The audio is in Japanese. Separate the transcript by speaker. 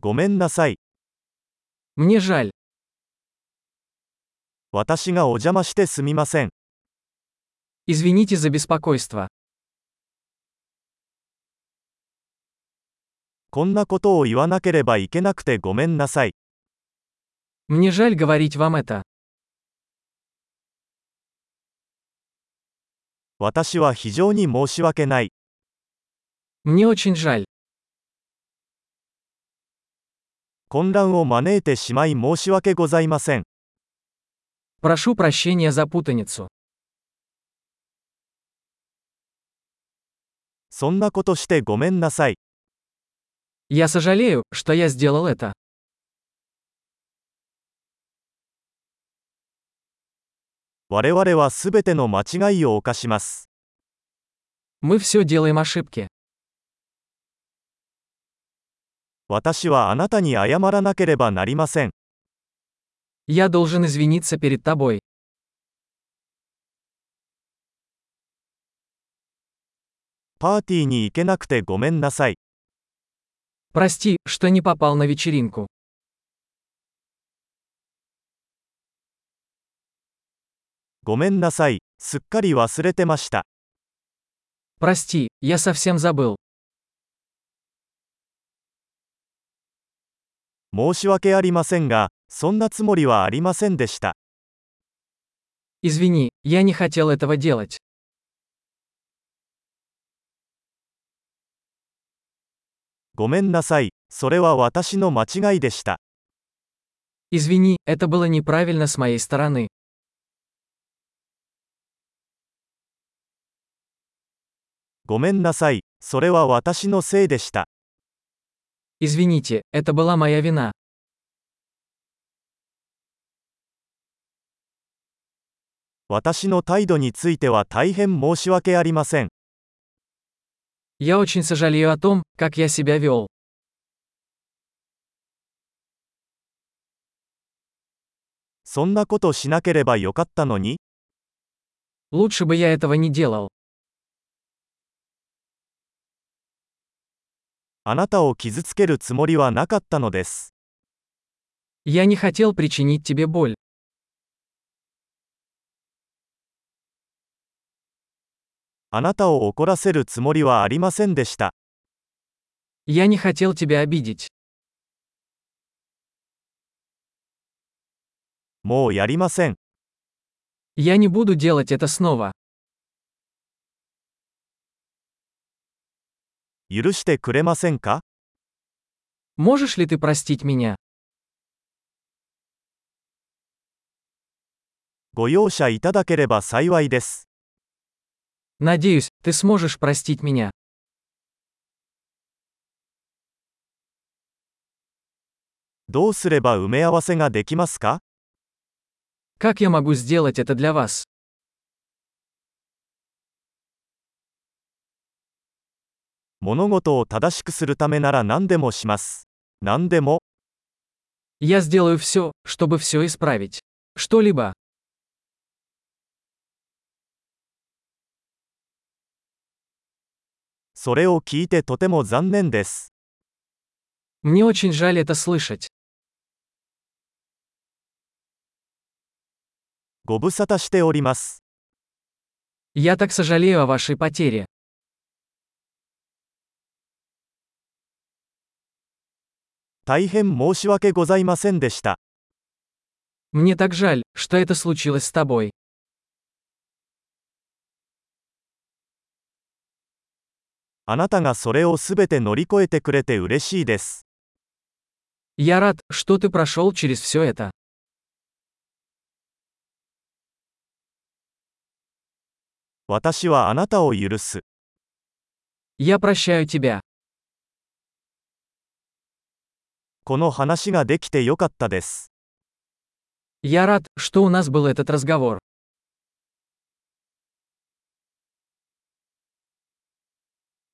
Speaker 1: ごめんなさい。
Speaker 2: Мне жаль.
Speaker 1: 私がお邪魔してすみません。
Speaker 2: Извините за беспокойство.
Speaker 1: こんなことを言わなければいけなくてごめんなさい。
Speaker 2: Мне жаль говорить вам это.
Speaker 1: 私は非常に申し訳ない。
Speaker 2: Мне очень жаль.
Speaker 1: 混乱を招いてしまい申し訳ございません。
Speaker 2: Прошу прощения за путаницу.
Speaker 1: そんなことしてごめんなさい。
Speaker 2: Я сожалею, что я сделал это.
Speaker 1: 我々はすべての間違いを犯します。
Speaker 2: Мы все делаем ошибки.
Speaker 1: 私はあなたに謝らなければなりません。
Speaker 2: Я должен извиниться перед тобой.
Speaker 1: パーティーに行けなくてごめんなさい。
Speaker 2: Прости, что не попал на вечеринку.
Speaker 1: ごめんなさい。すっかり忘れてました。
Speaker 2: Прости, я совсем забыл.
Speaker 1: 申し訳ありませんが、そんなつもりはありませんでした。
Speaker 2: Извини, я не хотел этого делать.
Speaker 1: ごめんなさい。それは私の間違いでした。
Speaker 2: Извини, это было неправильно с моей стороны.
Speaker 1: ごめんなさい。それは私のせいでした。
Speaker 2: Извините, это была моя вина.
Speaker 1: 私の態度については大変申し訳ありません。
Speaker 2: Я очень сожалею о том, как я себя вел.
Speaker 1: そんなことしなければよかったのに、
Speaker 2: Лучше бы я этого не делал.
Speaker 1: あなたを傷つけるつもりはなかったのです。
Speaker 2: Я не хотел причинить тебе боль.
Speaker 1: あなたを怒らせるつもりはありませんでした。
Speaker 2: Я не хотел тебя обидеть.
Speaker 1: もうやりません。
Speaker 2: Я не буду делать это снова.
Speaker 1: 許してくれませんか
Speaker 2: Можешь ли ты простить меня?
Speaker 1: ご容赦いただければ幸いです。
Speaker 2: Надеюсь, ты сможешь простить меня.
Speaker 1: どうすれば埋め合わせができますか
Speaker 2: Как я могу сделать это для вас?
Speaker 1: 物事を正しくするためなら何でもします。何でも、
Speaker 2: Я сделаю все, чтобы все исправить. Что-либо.
Speaker 1: それを聞いてとても残念です。
Speaker 2: Мне очень жаль это слышать.
Speaker 1: ご無沙汰しております。
Speaker 2: Я так сожалею о вашей потере.
Speaker 1: 大変申し訳ございませんでした。
Speaker 2: Мне так жаль, что это случилось с тобой.
Speaker 1: あなたがそれをすべて乗り越えてくれて嬉しいです。
Speaker 2: Я рад, что ты прошел через все это.
Speaker 1: 私はあなたを許す。
Speaker 2: Я прощаю тебя.
Speaker 1: この話ができてよかったです。
Speaker 2: Я рад, что у нас был этот разговор.